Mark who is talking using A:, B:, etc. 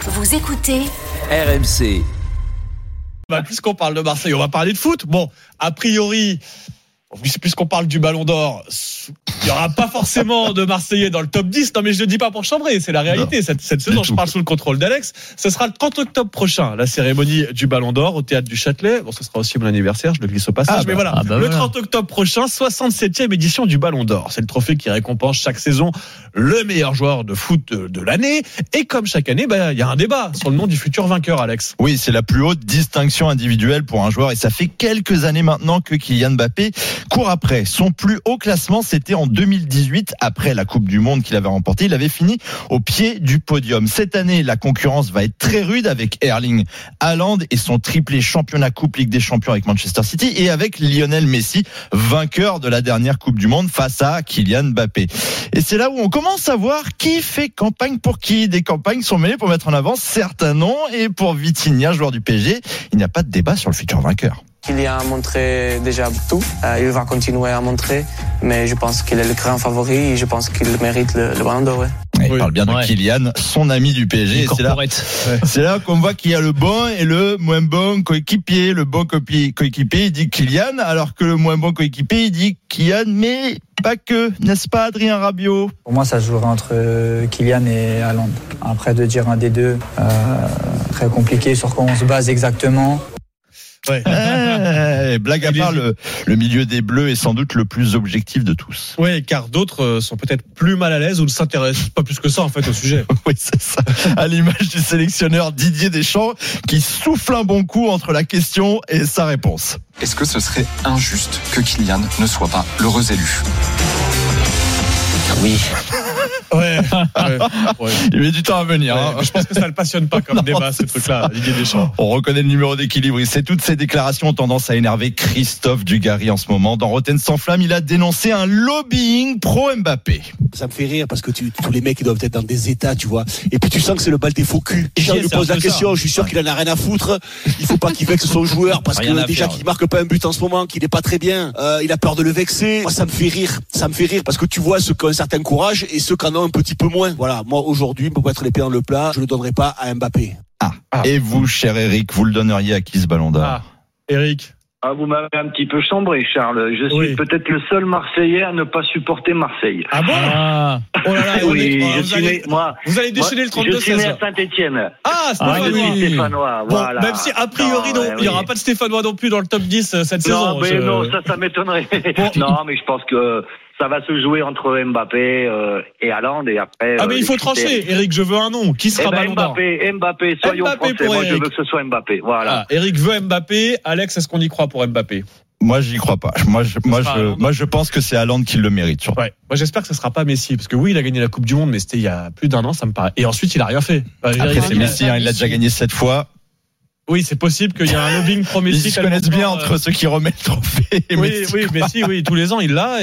A: Vous écoutez
B: RMC.
C: Bah, puisqu'on parle de Marseille, on va parler de foot. Bon, a priori, puisqu'on parle du Ballon d'Or, il n'y aura pas forcément de Marseillais dans le top 10. Non, mais je ne dis pas pour chambrer, c'est la réalité. cette cette saison, je parle sous le contrôle d'Alex. Ce sera le 30 octobre prochain, la cérémonie du Ballon d'Or au théâtre du Châtelet. Bon, ce sera aussi mon anniversaire, je le glisse au passage.
D: Ah bah,
C: mais voilà,
D: ah bah
C: le
D: voilà.
C: 30 octobre prochain, 67e édition du Ballon d'Or. C'est le trophée qui récompense chaque saison le meilleur joueur de foot de, de l'année. Et comme chaque année, bah, il y a un débat sur le nom du futur vainqueur, Alex.
D: Oui, c'est la plus haute distinction individuelle pour un joueur et ça fait quelques années maintenant que Kylian Mbappé court après. Son plus haut classement, c'était en 2018 après la Coupe du Monde qu'il avait remportée. Il avait fini au pied du podium. Cette année, la concurrence va être très rude avec Erling Haaland et son triplé championnat Coupe Ligue des Champions avec Manchester City et avec Lionel Messi, vainqueur de la dernière Coupe du Monde face à Kylian Mbappé. Et c'est là où on commence à voir qui fait campagne pour qui. Des campagnes sont mêlées pour mettre en avant certains noms. Et pour Vitinha, joueur du PSG, il n'y a pas de débat sur le futur vainqueur.
E: Il a montré déjà tout. Euh, il va continuer à montrer, mais je pense qu'il est le grand favori et je pense qu'il mérite le, le ballon d'or. ouais.
D: Et Il
C: Oui.
D: parle bien de
F: Ouais.
D: Kylian, son ami du PSG. Et c'est là,
F: corporate.
D: c'est là qu'on voit qu'il y a le bon et le moins bon coéquipier. Le bon copi- coéquipier, il dit Kylian, alors que le moins bon coéquipier, il dit Kylian, mais pas que, n'est-ce pas, Adrien Rabiot
G: Pour moi, ça se jouerait entre euh, Kylian et Haaland. Après, de dire un des deux, euh, très compliqué sur quoi on se base exactement.
C: Ouais.
D: Eh, Blague à
C: Il
D: part,
C: hésite.
D: le, le milieu des Bleus est sans doute le plus objectif de tous.
C: Oui, car d'autres euh, sont peut-être plus mal à l'aise ou ne s'intéressent pas plus que ça en fait au sujet.
D: Oui, c'est ça. À l'image du sélectionneur Didier Deschamps qui souffle un bon coup entre la question et sa réponse.
H: Est-ce que ce serait injuste que Kylian ne soit pas l'heureux élu
E: Oui.
C: Ouais. ouais, ouais.
D: Il met du temps à venir. hein.
C: Ouais, je pense que ça le passionne pas comme
D: Non,
C: débat ce
D: c'est
C: truc-là,
D: ça.
C: Didier Deschamps.
D: On reconnaît le numéro d'équilibre. Et C'est toutes ces déclarations ont tendance à énerver Christophe Dugarry en ce moment. Dans Rotten sans flamme, il a dénoncé un lobbying pro-Mbappé.
I: Ça me fait rire parce que tu- tous les mecs ils doivent être dans des états, tu vois. Et puis tu sens que c'est le bal des faux culs. Et quand
C: Chier,
I: il lui
C: c'est
I: pose
C: un
I: la
C: peu
I: question, je suis sûr qu'il en a rien à foutre. Il faut pas qu'il vexe son joueur parce
F: Rien à
I: que déjà
F: faire.
I: qu'il marque pas un but en ce moment, qu'il est pas très bien, euh, il a peur de le vexer. Moi ça me fait rire, ça me fait rire parce que tu vois ceux qui ont un certain courage et ceux qui en ont un petit peu moins. Voilà, moi aujourd'hui pour mettre les pieds dans le plat, je le donnerai pas à Mbappé.
D: Ah.
C: Ah.
D: Et vous, cher Eric, vous le donneriez à qui ce ballon d'or
C: Ah, Eric.
J: Ah, vous m'avez un petit peu chambré, Charles. Je suis
C: Oui.
J: peut-être le seul Marseillais à ne pas supporter Marseille.
C: Ah bon
F: Ah,
C: Oh là là, on est-
J: oui,
C: oh,
J: je
C: vous,
J: suis né,
C: allez,
J: moi.
C: vous allez déchaîner
J: moi,
C: le
J: Je suis né
C: 32-16.
J: à Saint-Etienne.
C: Ah, c'est
F: Ah
C: pas
J: je
F: oui.
C: mal.
J: suis Stéphanois,
C: Bon,
J: voilà.
C: Même si a priori
J: Non,
C: non,
J: ouais,
C: il n'y aura
J: oui.
C: pas de Stéphanois non plus dans le top 10 euh, cette saison.
J: Non, mais
C: je-
J: non, ça, ça m'étonnerait. non, mais je pense que ça va se jouer entre Mbappé euh, et Haaland et après.
C: Ah
J: euh,
C: mais il
J: les
C: faut
J: critères.
C: trancher, Eric, je veux un nom. Qui
J: Eh
C: sera
J: ben,
C: ballon d'or
J: Mbappé, Mbappé, soyons
C: Mbappé
J: français.
C: pour
J: Moi, je
C: Eric.
J: veux que ce soit Mbappé. Voilà.
C: Ah, Eric veut Mbappé, Alex, est-ce qu'on y croit pour Mbappé
D: Moi, j'y crois pas. Moi, je, moi,
C: sera
D: je,
C: Haaland.
D: moi, je pense que c'est Haaland qui le mérite. surtout.
C: Ouais. Moi j'espère que ce sera pas Messi, parce que oui, il a gagné la Coupe du Monde, mais c'était il y a plus d'un an, ça me paraît. Et ensuite, il a rien fait. Enfin, je veux
D: Après,
C: dire,
D: c'est
C: il a-
D: Messi, hein, il l'a déjà gagné sept fois.
C: Oui, c'est possible qu'il y ait un lobbying pro
D: Ils
C: Messi.
D: se connaissent
C: tellement
D: bien
C: fort, euh,
D: entre ceux qui remettent le trophée et
C: Oui,
D: Messi,
C: oui,
D: quoi.
C: Messi, oui, tous les ans, il l'a.